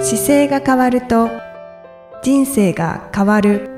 姿勢が変わると人生が変わる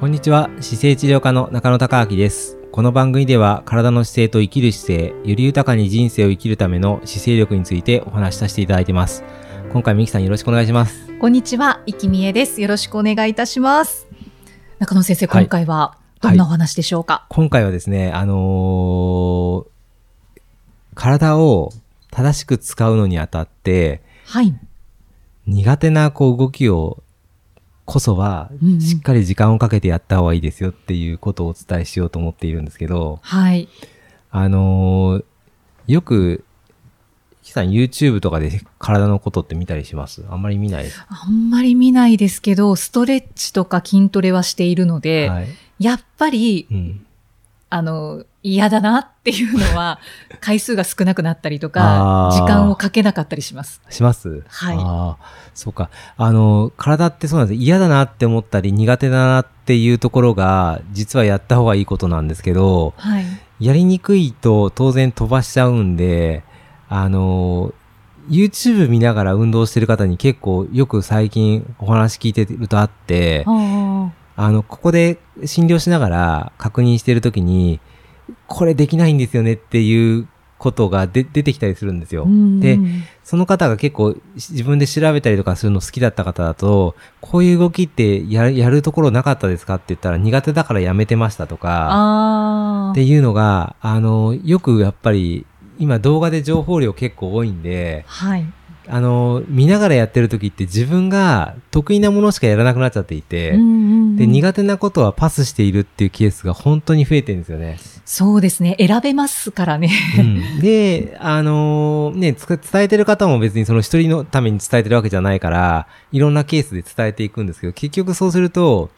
こんにちは姿勢治療科の中野孝明ですこの番組では体の姿勢と生きる姿勢より豊かに人生を生きるための姿勢力についてお話しさせていただいてます今回みきさんよろしくお願いしますこんにちは、いきみえです。よろしくお願いいたします。中野先生、はい今回はどはいんなお話でしょうか。今回はですねあのー体を正しく使うのにあたってはい。苦手なこう動きをこそはうんうんしっかり時間をかけてやった方がいいですよっていうことをお伝えしようと思っているんですけど、はい。あのーよく、ひさん YouTube とかで 体のことって見たりしますあんまり見ないです。あんまり見ないですけど、ストレッチとか筋トレはしているので、はい。やっぱり、うん。あの、嫌だなっていうの は、回数が少なくなったりとあかー、時間をかけなかったりします。しますはいああ、そうか。あのー、体ってそうなんです。嫌だなって思ったり苦手だなっていうところが、実はやった方がいいことなんですけど、はい。やりにくいと当然飛ばしちゃうんで、あの、YouTube 見ながら運動してる方に結構よく最近お話聞いてるとあって、ああの、ここで診療しながら確認してるときに、これできないんですよねっていうことがで出てきたりするんですよ。ーでうんその方が結構自分で調べたりとかするの好きだった方だと、こういう動きってややるところなかったですかって言ったら苦手だからやめてましたとか、あっーていうのが、あの、よくやっぱり、今動画で情報量結構多いんで、はい。あの、見ながらやってる時って自分が得意なものしかやらなくなっちゃっていて、うんうんうんで、苦手なことはパスしているっていうケースが本当に増えてるんですよね。そうですね。選べますからね。 うんで、あのね、つく伝えてる方も別にその一人のために伝えてるわけじゃないから、いろんなケースで伝えていくんですけど、結局そうすると、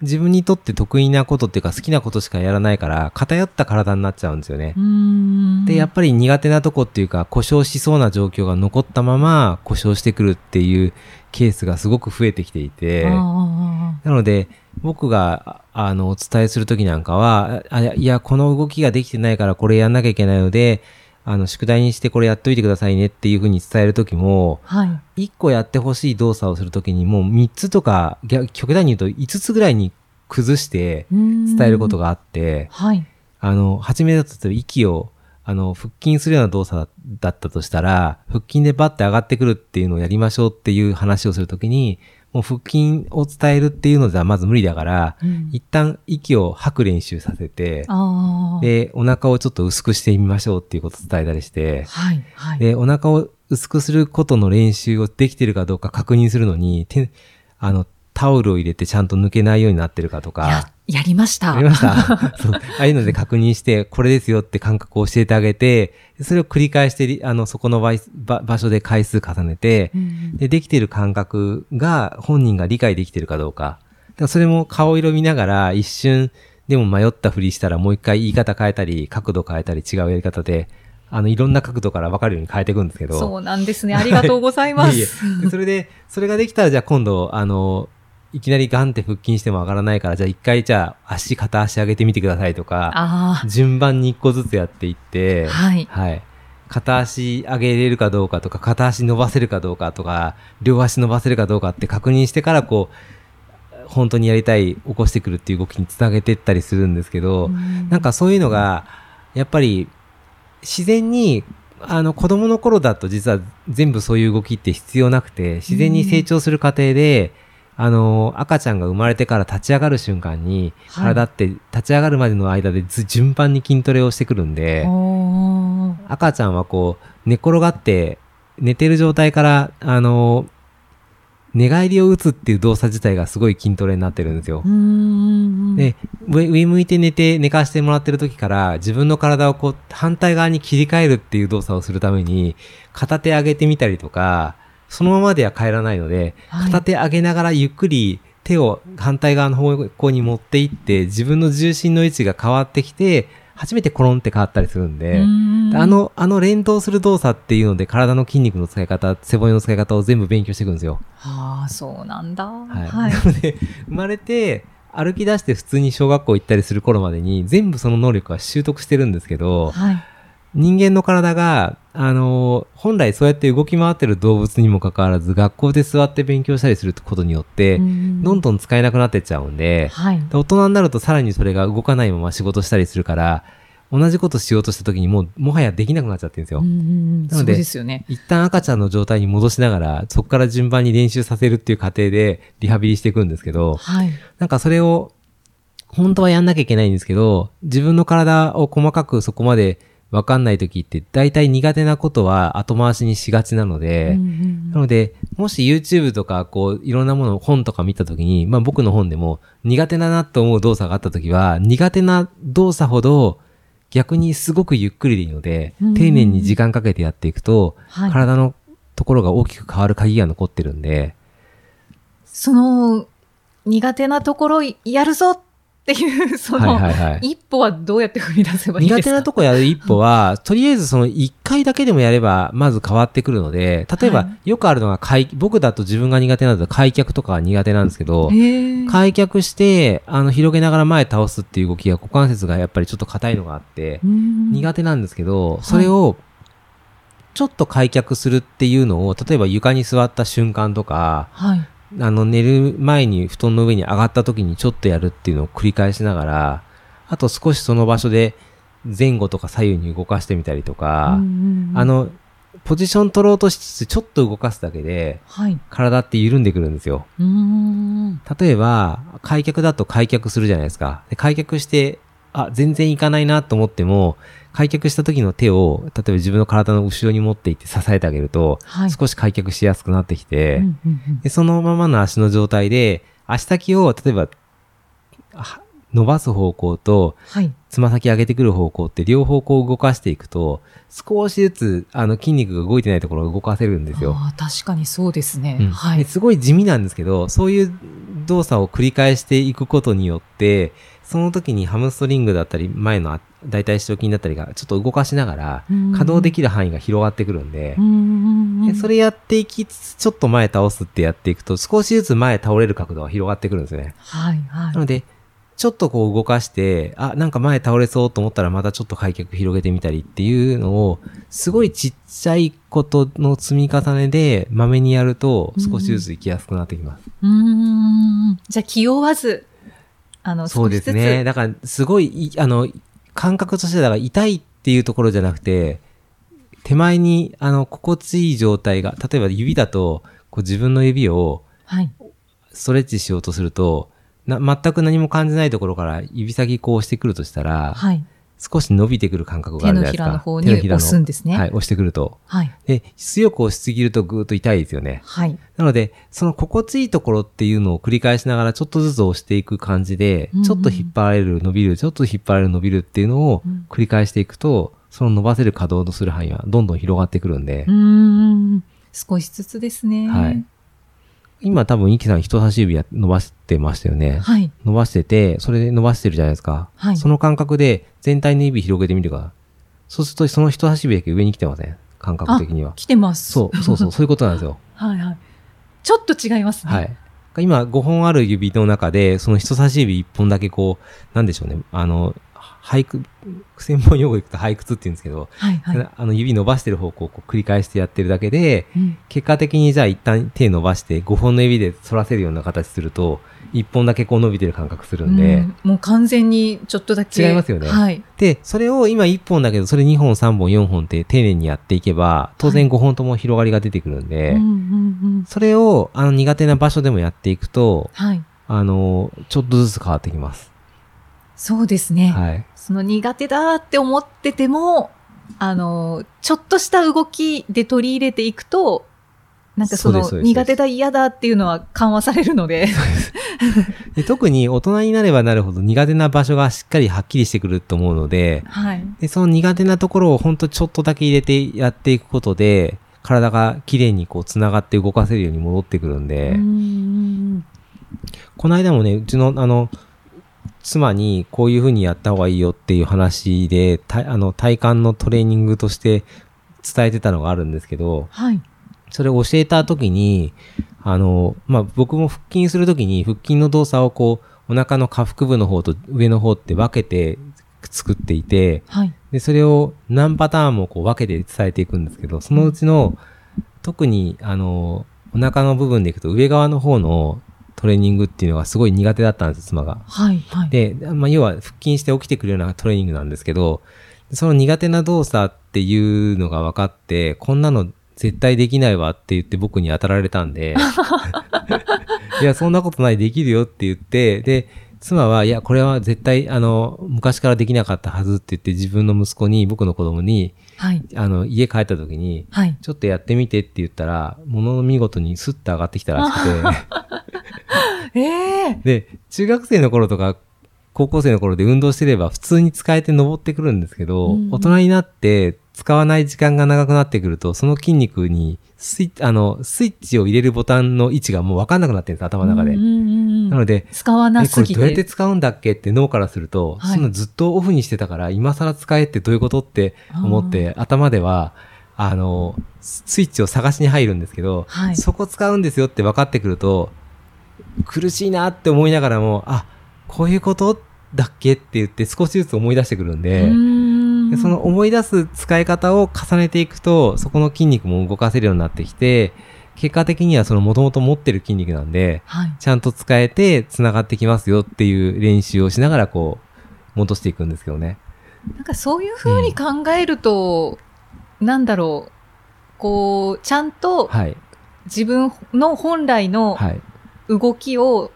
自分にとって得意なことっていうか好きなことしかやらないから、偏った体になっちゃうんですよね。 で、やっぱり苦手なとこっていうか、故障しそうな状況が残ったまま、故障してくるっていうケースがすごく増えてきていて、あーなので、僕が、ああの、お伝えするときなんかは、あいや、この動きができてないからこれやんなきゃいけないので、あの、宿題にしてこれやっといてくださいねっていうふうに伝えるときも、はい。 1個やってほしい動作をするときに、もう3つとか、逆極端に言うと5つぐらいに崩して伝伝えることが。があって、はい。あの、初めだと息を、あの、腹筋するような動作だだったとしたら、腹筋でバッて上がってくるっていうのをやりましょうっていう話をするときに、もう腹筋を伝えるっていうのじゃまず無理だから、うん一旦息を吐く練習させて、ああ。で、お腹をちょっと薄くしてみましょうっていうことを伝えたりして、はい。はい。で、お腹を薄くすることの練習をできてるかどうか確認するのに、手あの、タオルを入れてちゃんと抜けないようになってるかとか。や、やりました。ありました そうああいうので確認して、これですよって感覚を教えてあげて、それを繰り返してり、あの、そこの場い場場所で回数重ねてう、んで、できてる感覚が本人が理解できてるかどうか。だからそれも顔色見ながら、一瞬でも迷ったふりしたら、もう一回言い方変えたり、角度変えたり、違うやり方で、あの、いろんな角度から分かるように変えていくんですけど。そうなんですね。ありがとうございま いえいす。えでそれで、それができたら、じゃあ今度、あの、いきなりガンって腹筋しても上がらないから、じゃあ一回、じゃあ足、片足上げてみてくださいとか、あ順番に一個ずつやっていっあ。て、はい。はい。片足上げれるかどうかとか、片足伸ばせるかどうかとか、両足伸ばせるかどうかって確認してから、こう、本当にやりたい、起こしてくるっていう動きにつなげていったりするんですけど、なんかそういうのが、やっぱり自然に、あの子供の頃だと実は全部そういう動きって必要なくて、自然に成長する過程で、あの、赤ちゃんが生まれてから立ち上がる瞬間に、はい体って立ち上がるまでの間でず順番に筋トレをしてくるんで、おー赤ちゃんはこう、寝転がって、寝てる状態から、あの、寝返りを打つっていう動作自体がすごい筋トレになってるんですよう。ん。で、上上向いて寝て、寝かしてもらってる時から、自分の体をこう、反対側に切り替えるっていう動作をするために、片手上げてみたりとか、そのままでは帰らないので、はい片手上げながらゆっくり手を反対側の方向に持っていって、自分の重心の位置が変わってきて、初めてコロンって変わったりするんで、うんあ、の、あの連動する動作っていうので、体の筋肉の使い方、背骨の使い方を全部勉強していくんですよ。ああ、そうなんだ。はい。はいな。ので、生まれて、歩き出して普通に小学校行ったりする頃までに、全部その能力は習得してるんですけど、はい。人間の体が、あのー本来そうやって動き回ってる動物にもかかわらず、学校で座って勉強したりすることによって、どどんどん使えなくなってっちゃうんで、はい。で大人になるとさらにそれが動かないまま仕事したりするから、同じことしようとした時にもう、もはやできなくなっちゃってるんですよ。うんうんうんなそのうでですよね。一旦赤ちゃんの状態に戻しながら、そこから順番に練習させるっていう過程でリハビリしていくんですけど、はい。なんかそれを、本当はやんなきゃいけないんですけど、自分の体を細かくそこまでわかんない時って、大体苦手なことは後回しにしがちなので、うんうんなので、もし YouTube とか、こう、いろんなもの、本とか見たときに、まあ僕の本でも、苦手だなと思う動作があったときは、苦手な動作ほど、逆にすごくゆっくりでいいので、うん丁寧に時間かけてやっていくと、はい体のところが大きく変わる鍵が残ってるんで、その、苦手なところやるぞっていう、そはいの、はいはい。一歩はどうやって踏み出せばいい苦ですか手なとこやる一歩は、とりあえずその一回だけでもやれば、まず変わってくるので、例えばは、よくあるのが開、僕だと自分が苦手なので、開脚とかが苦手なんですけど、へー開脚して、あの、広げながら前倒すっていう動きが股関節がやっぱりちょっと硬いのがあってう、ん苦手なんですけど、それを、ちょっと開脚するっていうのを、例えば床に座った瞬間とか、はい。あの、寝る前に布団の上に上がった時にちょっとやるっていうのを繰り返しながら、あと少しその場所で前後とか左右に動かしてみたりとかうん、うんうんあ、の、ポジション取ろうとしつつちょっと動かすだけで、はい。体って緩んでくるんですよ。うーん。例えば、開脚だと開脚するじゃないですか。で開脚して、あ、全然いかないなと思っても、開脚した時の手を、例えば自分の体の後ろに持っていって支えてあげると、はい。少し開脚しやすくなってきて、うんうんうんでそのままの足の状態で、足先を、例えば、あ伸ばす方向と、はい。つま先上げてくる方向って両方こう動かしていくと、少しずつ、あの、筋肉が動いてないところが動かせるんですよ。あー確かにそうですね。うんはでい。すごい地味なんですけど、そういう動作を繰り返していくことによって、その時にハムストリングだったり、前のあ大腿四頭筋だったりがちょっと動かしながら、可可動できる範囲が広がってくるんでう、んうんうでん。それやっていきつつ、ちょっと前倒すってやっていくと、少しずつ前倒れる角度が広がってくるんですよね。はいはな。いので、ちょっとこう動かして、あ、なんか前倒れそうと思ったらまたちょっと開脚広げてみたりっていうのを、すごいちっちゃいことの積み重ねで、まめにやると少しずつ行きやすくなってきます。うーん。じゃあ、気負わず、あの、そうですね。。だから、すごいい、あの、感覚として、だから痛いっていうところじゃなくて、手前に、あの、心地いい状態が、例えば指だと、こう自分の指をはい。ストレッチしようとすると、な全く何も感じないところから指先こう押してくるとしたら、はい。少し伸びてくる感覚があ手るじゃのないひですらのか。方に押すんでですね。は、はいい。押してくると。はい。で、強く押しすぎるとぐーっと痛いですよね。なので、その心地いいところっていうのを繰り返しながら、ちょっとずつ押していく感じでうんう、んちょっと引っ張られる、伸びる、ちょっと引っ張られる、伸びるっていうのをうん繰り返していくと、その伸ばせる可動とする範囲はどんどん広がってくるんでう、ーん。少しずつですね。はい。今多分、イキさん人差し指や伸ばしてましたよね。はい。伸ばしてて、それで伸ばしてるじゃないですか。はいその感覚で全体の指広げてみるから。そうすると、その人差し指だけ上に来てません。感覚的には。来てます。そう、そうそう、そういうことなんです よ。はいはい。ちょっと違いますね。はい。今、5本ある指の中で、その人差し指1本だけこう、なんでしょうね。あの、俳句、専門用語いくと俳句って言うんですけど、はいはい。あの指伸ばしてる方向をこう繰り返してやってるだけで、うん結果的にじゃあ一旦手伸ばして5本の指で反らせるような形すると、1本だけこう伸びてる感覚するんで、うんもう完全にちょっとだけ。違いますよねはい。で、それを今1本だけど、それ2本、3本、4本って丁寧にやっていけば、当然5本とも広がりが出てくるんで、うんうんうん。それをあの苦手な場所でもやっていくと、はい。あの、ちょっとずつ変わってきます。そうですね。はい。その苦手だって思ってても、あの、ちょっとした動きで取り入れていくと、なんかそそうでのすそうです苦手だ嫌だっていうのは緩和されるので、で特に大人になればなるほど苦手な場所がしっかりはっきりしてくると思うので、 はい。でその苦手なところをほんとちょっとだけ入れてやっていくことで、体が綺麗にこう繋がって動かせるように戻ってくるんで、うんうんこの間もね、うちの、あの、妻にこういう風にやった方がいいよっていう話で、たあの体幹のトレーニングとして伝えてたのがあるんですけど、はい。それを教えた時に、あの、まあ、僕も腹筋する時に腹筋の動作をこう、お腹の下腹部の方と上の方って分けて作っていて、はい。で、それを何パターンもこう分けて伝えていくんですけど、そのうちの、特に、あの、お腹の部分でいくと上側の方のトレーニングっていうのがすごい苦手だったんです、妻が。はい。はい。で、まあ、要は腹筋して起きてくるようなトレーニングなんですけど、その苦手な動作っていうのが分かって、こんなの絶対できないわって言って僕に当たられたんで、 いや、そんなことない、できるよって言って、で、妻は、いや、これは絶対、あの、昔からできなかったはずって言って自分の息子に、僕の子供に、はい。あの、家帰った時に、はい。ちょっとやってみてって言ったら、ものの見事にスッと上がってきたらしくて、ええで、中学生の頃とか、高校生の頃で運動してれば普通に使えて登ってくるんですけど、うん大人になって使わない時間が長くなってくると、その筋肉にスイッあの、スイッチを入れるボタンの位置がもうわかんなくなってるんです、頭の中で。うんうんうんなので、使わなえ、こすれぎどうやって使うんだっけって脳からすると、はいそのずっとオフにしてたから、今更使えってどういうことって思って、頭では、あの、ススイッチを探しに入るんですけど、はいそこ使うんですよって分かってくると、苦しいなって思いながらも、あ、こういうことだっけって言って少しずつ思い出してくるんうで、ーんでその思い出す使い方を重ねていくと、そこの筋肉も動かせるようになってきて、結果的にはその元々持ってる筋肉なんで、はい。ちゃんと使えて繋がってきますよっていう練習をしながらこう、戻していくんですけどね。なんかそういうふうに考えると、なんだろう。こう、ちゃんとはい。自分の本来のはい。動きを、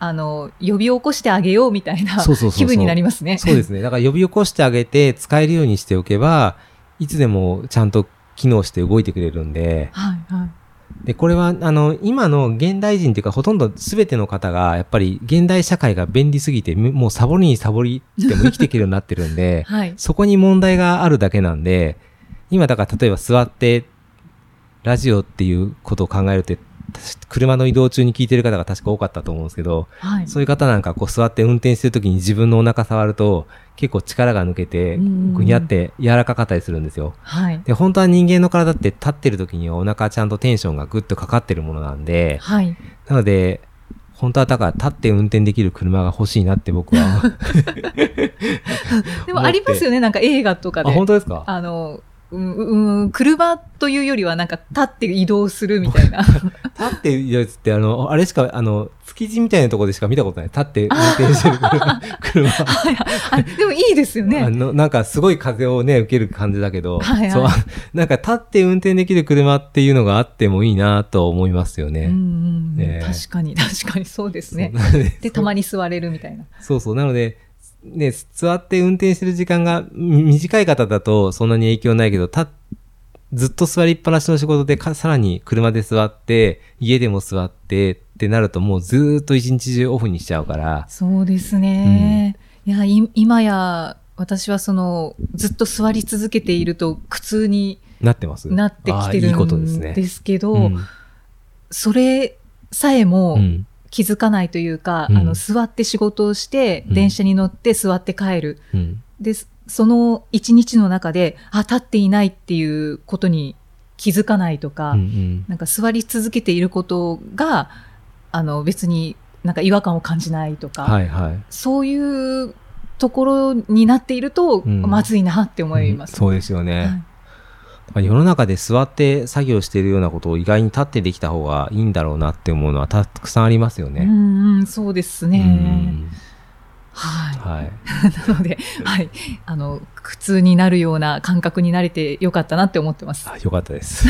あの、呼び起こしてあげようみたいなそうそうそうそう気分になります ね。そうですね。だから呼び起こしてあげて使えるようにしておけば、いつでもちゃんと機能して動いてくれるんで、はい、はい。、で、これは、あの、今の現代人というか、ほとんど全ての方が、やっぱり現代社会が便利すぎて、むもうサボりにサボりっても生きていけるようになってるんで はい。そこに問題があるだけなんで、今だから例えば座って、ラジオっていうことを考えるって、車の移動中に聞いてる方が確か多かったと思うんですけど、はい。そういう方なんかこう座って運転してる時に自分のお腹触ると結構力が抜けてうんうんうんぐにゃって柔らかかったりするんですよ。はい。で、本当は人間の体って立ってる時にはお腹ちゃんとテンションがぐっとかかってるものなんで、はい。なので、本当はだから立って運転できる車が欲しいなって僕は。でもありますよね、なんか映画とかあ、で。本当ですかあの、うん、うん、車というよりはなんか立って移動するみた いな。立ってるやつってあの、あれしか、あの、築地みたいなところでしか見たことない。立って運転してる車。車 あでもいいですよあね。の、なんかすごい風をね、受ける感じだけど、はいはいそう、あ なんか立って運転できる車っていうのがあってもいいなと思いますようんうね。んうんええ確かに、確かにそうですね そう。なのでで、たまに座れるみたいな。そうそう。なので、ね、座って運転してる時間がみ短い方だとそんなに影響ないけど、立っずっと座りっぱなしの仕事でか、さらに車で座って、家でも座ってってなるともうずーっと一日中オフにしちゃうから、そうですね。いや、い今や、私はその、ずっと座り続けていると苦痛になってます。なってきてるあーいいことですんね。ですけど、うんそれさえも、うん気づかないというか、うんあの座って仕事をして、うん電車に乗って座って帰る。うんで、その一日の中で、あ、立っていないっていうことに気づかないとか、うんうんなんか座り続けていることが、あの別になんか違和感を感じないとか、はいはい。そういうところになっていると、うんまずいなって思います。そうですよはいね、まあ世の中で座って作業しているようなことを意外に立ってできた方がいいんだろうなって思うのはたくさんありますようね。んうん、そうですうね。んははい。い、なので、はい、あの苦痛になるような感覚に慣れてよかったなって思ってます。あよかった です。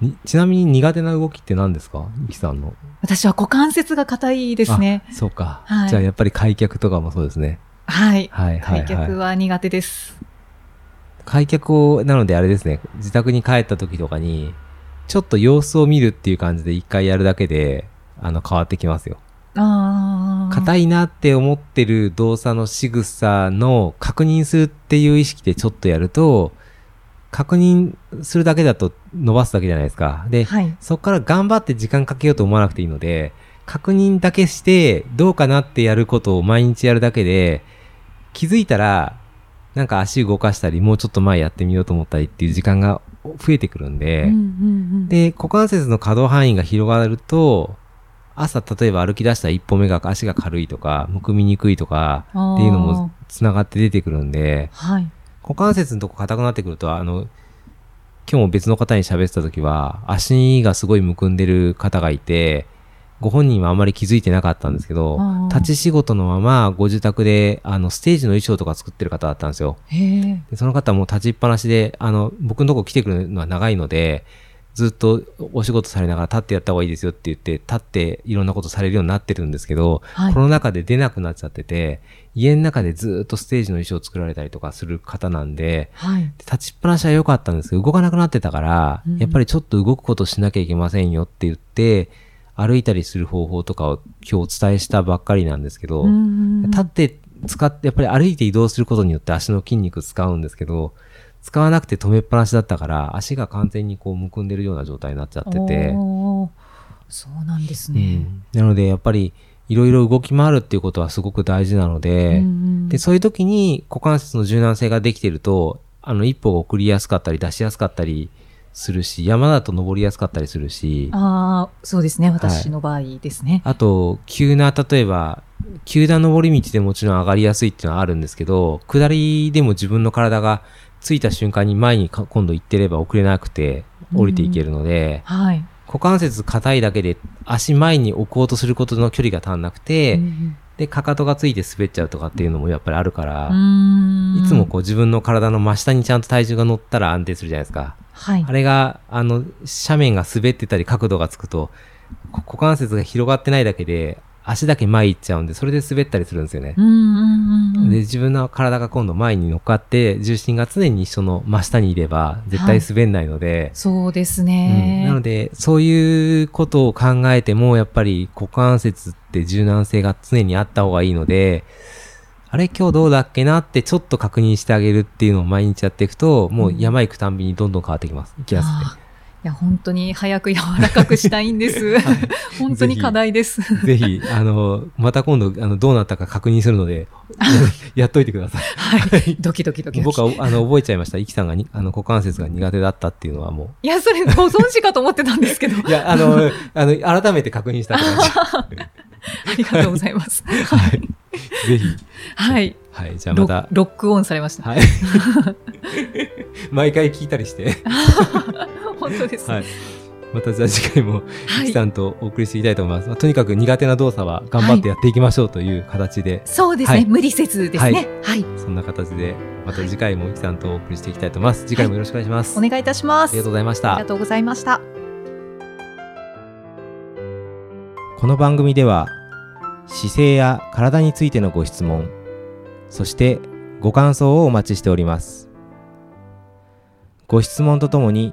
にちなみに苦手な動きって何ですかゆきさんの。私は股関節が硬いですね。あそうか、はいじゃあやっぱり開脚とかもそうですね。はい。はいはい開はい。脚は苦手です。開脚を、なのであれですね、自宅に帰った時とかに、ちょっと様子を見るっていう感じで一回やるだけで、あの、変わってきますよ。ああ。硬いなって思ってる動作の仕草の確認するっていう意識でちょっとやると、確認するだけだと伸ばすだけじゃないですか。で、はい。そこから頑張って時間かけようと思わなくていいので、確認だけしてどうかなってやることを毎日やるだけで、気づいたら、なんか足動かしたり、もうちょっと前やってみようと思ったりっていう時間が増えてくるんで、うんうんうんで、股関節の可動範囲が広がると、朝例えば歩き出した一歩目が足が軽いとか、むくみにくいとか、あーっていうのもつながって出てくるんで、はい。股関節のとこ硬くなってくると、あの、今日も別の方に喋ってた時は、足がすごいむくんでる方がいて、ご本人はあんまり気づいてなかったんですけどうん、立ち仕事のままご自宅で、あの、ステージの衣装とか作ってる方だったんですよ。へえ。でその方も立ちっぱなしで、あの、僕のとこ来てくるのは長いので、ずっとお仕事されながら立ってやった方がいいですよって言って、立っていろんなことされるようになってるんですけど、はいコロナ禍で出なくなっちゃってて、家の中でずっとステージの衣装を作られたりとかする方なんで、はい。立ちっぱなしは良かったんですけど、動かなくなってたから、うんやっぱりちょっと動くことしなきゃいけませんよって言って、歩いたりする方法とかを今日お伝えしたばっかりなんですけど、立立って使って、やっぱり歩いて移動することによって足の筋肉使うんですけど、使わなくて止めっぱなしだったから、足が完全にこうむくんでるような状態になっちゃってて、そうなんですうね。んなのでやっぱりいろいろ動き回るっていうことはすごく大事なので、で、そういう時に股関節の柔軟性ができてると、あの一歩が送りやすかったり出しやすかったりするし、山だと登りやすかったりするし、ああ、そうですね。私の場合ですね。あと、急な、例えば、急な登り道でもちろん上がりやすいっていうのはあるんですけど、下りでも自分の体がついた瞬間に前にか今度行ってれば遅れなくて降りていけるので、はい。股関節硬いだけで足前に置こうとすることの距離が足んなくて、うんで、かかとがついて滑っちゃうとかっていうのもやっぱりあるから、うんいつもこう自分の体の真下にちゃんと体重が乗ったら安定するじゃないですか。はいあ。れが、あの、斜面が滑ってたり角度がつくと、こ股関節が広がってないだけで、足だけ前行っちゃうんで、それで滑ったりするんですよねう。んうんうんで、うん自分の体が今度前に乗っかって、重心が常に一緒の真下にいれば、絶対滑んないので、そうですうんね。なので、そういうことを考えても、やっぱり股関節って柔軟性が常にあった方がいいので、あれ今日どうだっけなってちょっと確認してあげるっていうのを毎日やっていくと、もう山行くたんびにどんどん変わってきます。行きやすあーいや、本当に早く柔らかくしたいん です。本当に課題です。く て。ぜひ、あの、また今度、あの、どうなったか確認するので、 やっといてください。はい。ドキドキドキドキ。僕は、あの、覚えちゃいました。イキさんがに、あの、股関節が苦手だったっていうのはもいや、それご存知かと思ってたんですけ ど。う。いや、あの、あの、改めて確認したくなっちゃ ありがとうございます。う。はい。ぜひ。はい。はい。じゃあロまッたロックオンされました。はい。 毎回聞いたりして。本当です。ははいい。またじゃあ次回も、ゆきさんとお送りしていきたいと思います。まあとにかく苦手な動作は頑張ってやっていきましょうという形で、そうですはね。い無理せずですね。はい。そんな形で、また次回もゆきさんとお送りしていきたいと思います。次回もよろしくお願いします。お願いいたしまありがとすう。ございましあたりが。とうございました。この番組では姿勢や体についてのご質問そしてご感想をお待ちしておりますご質問とともに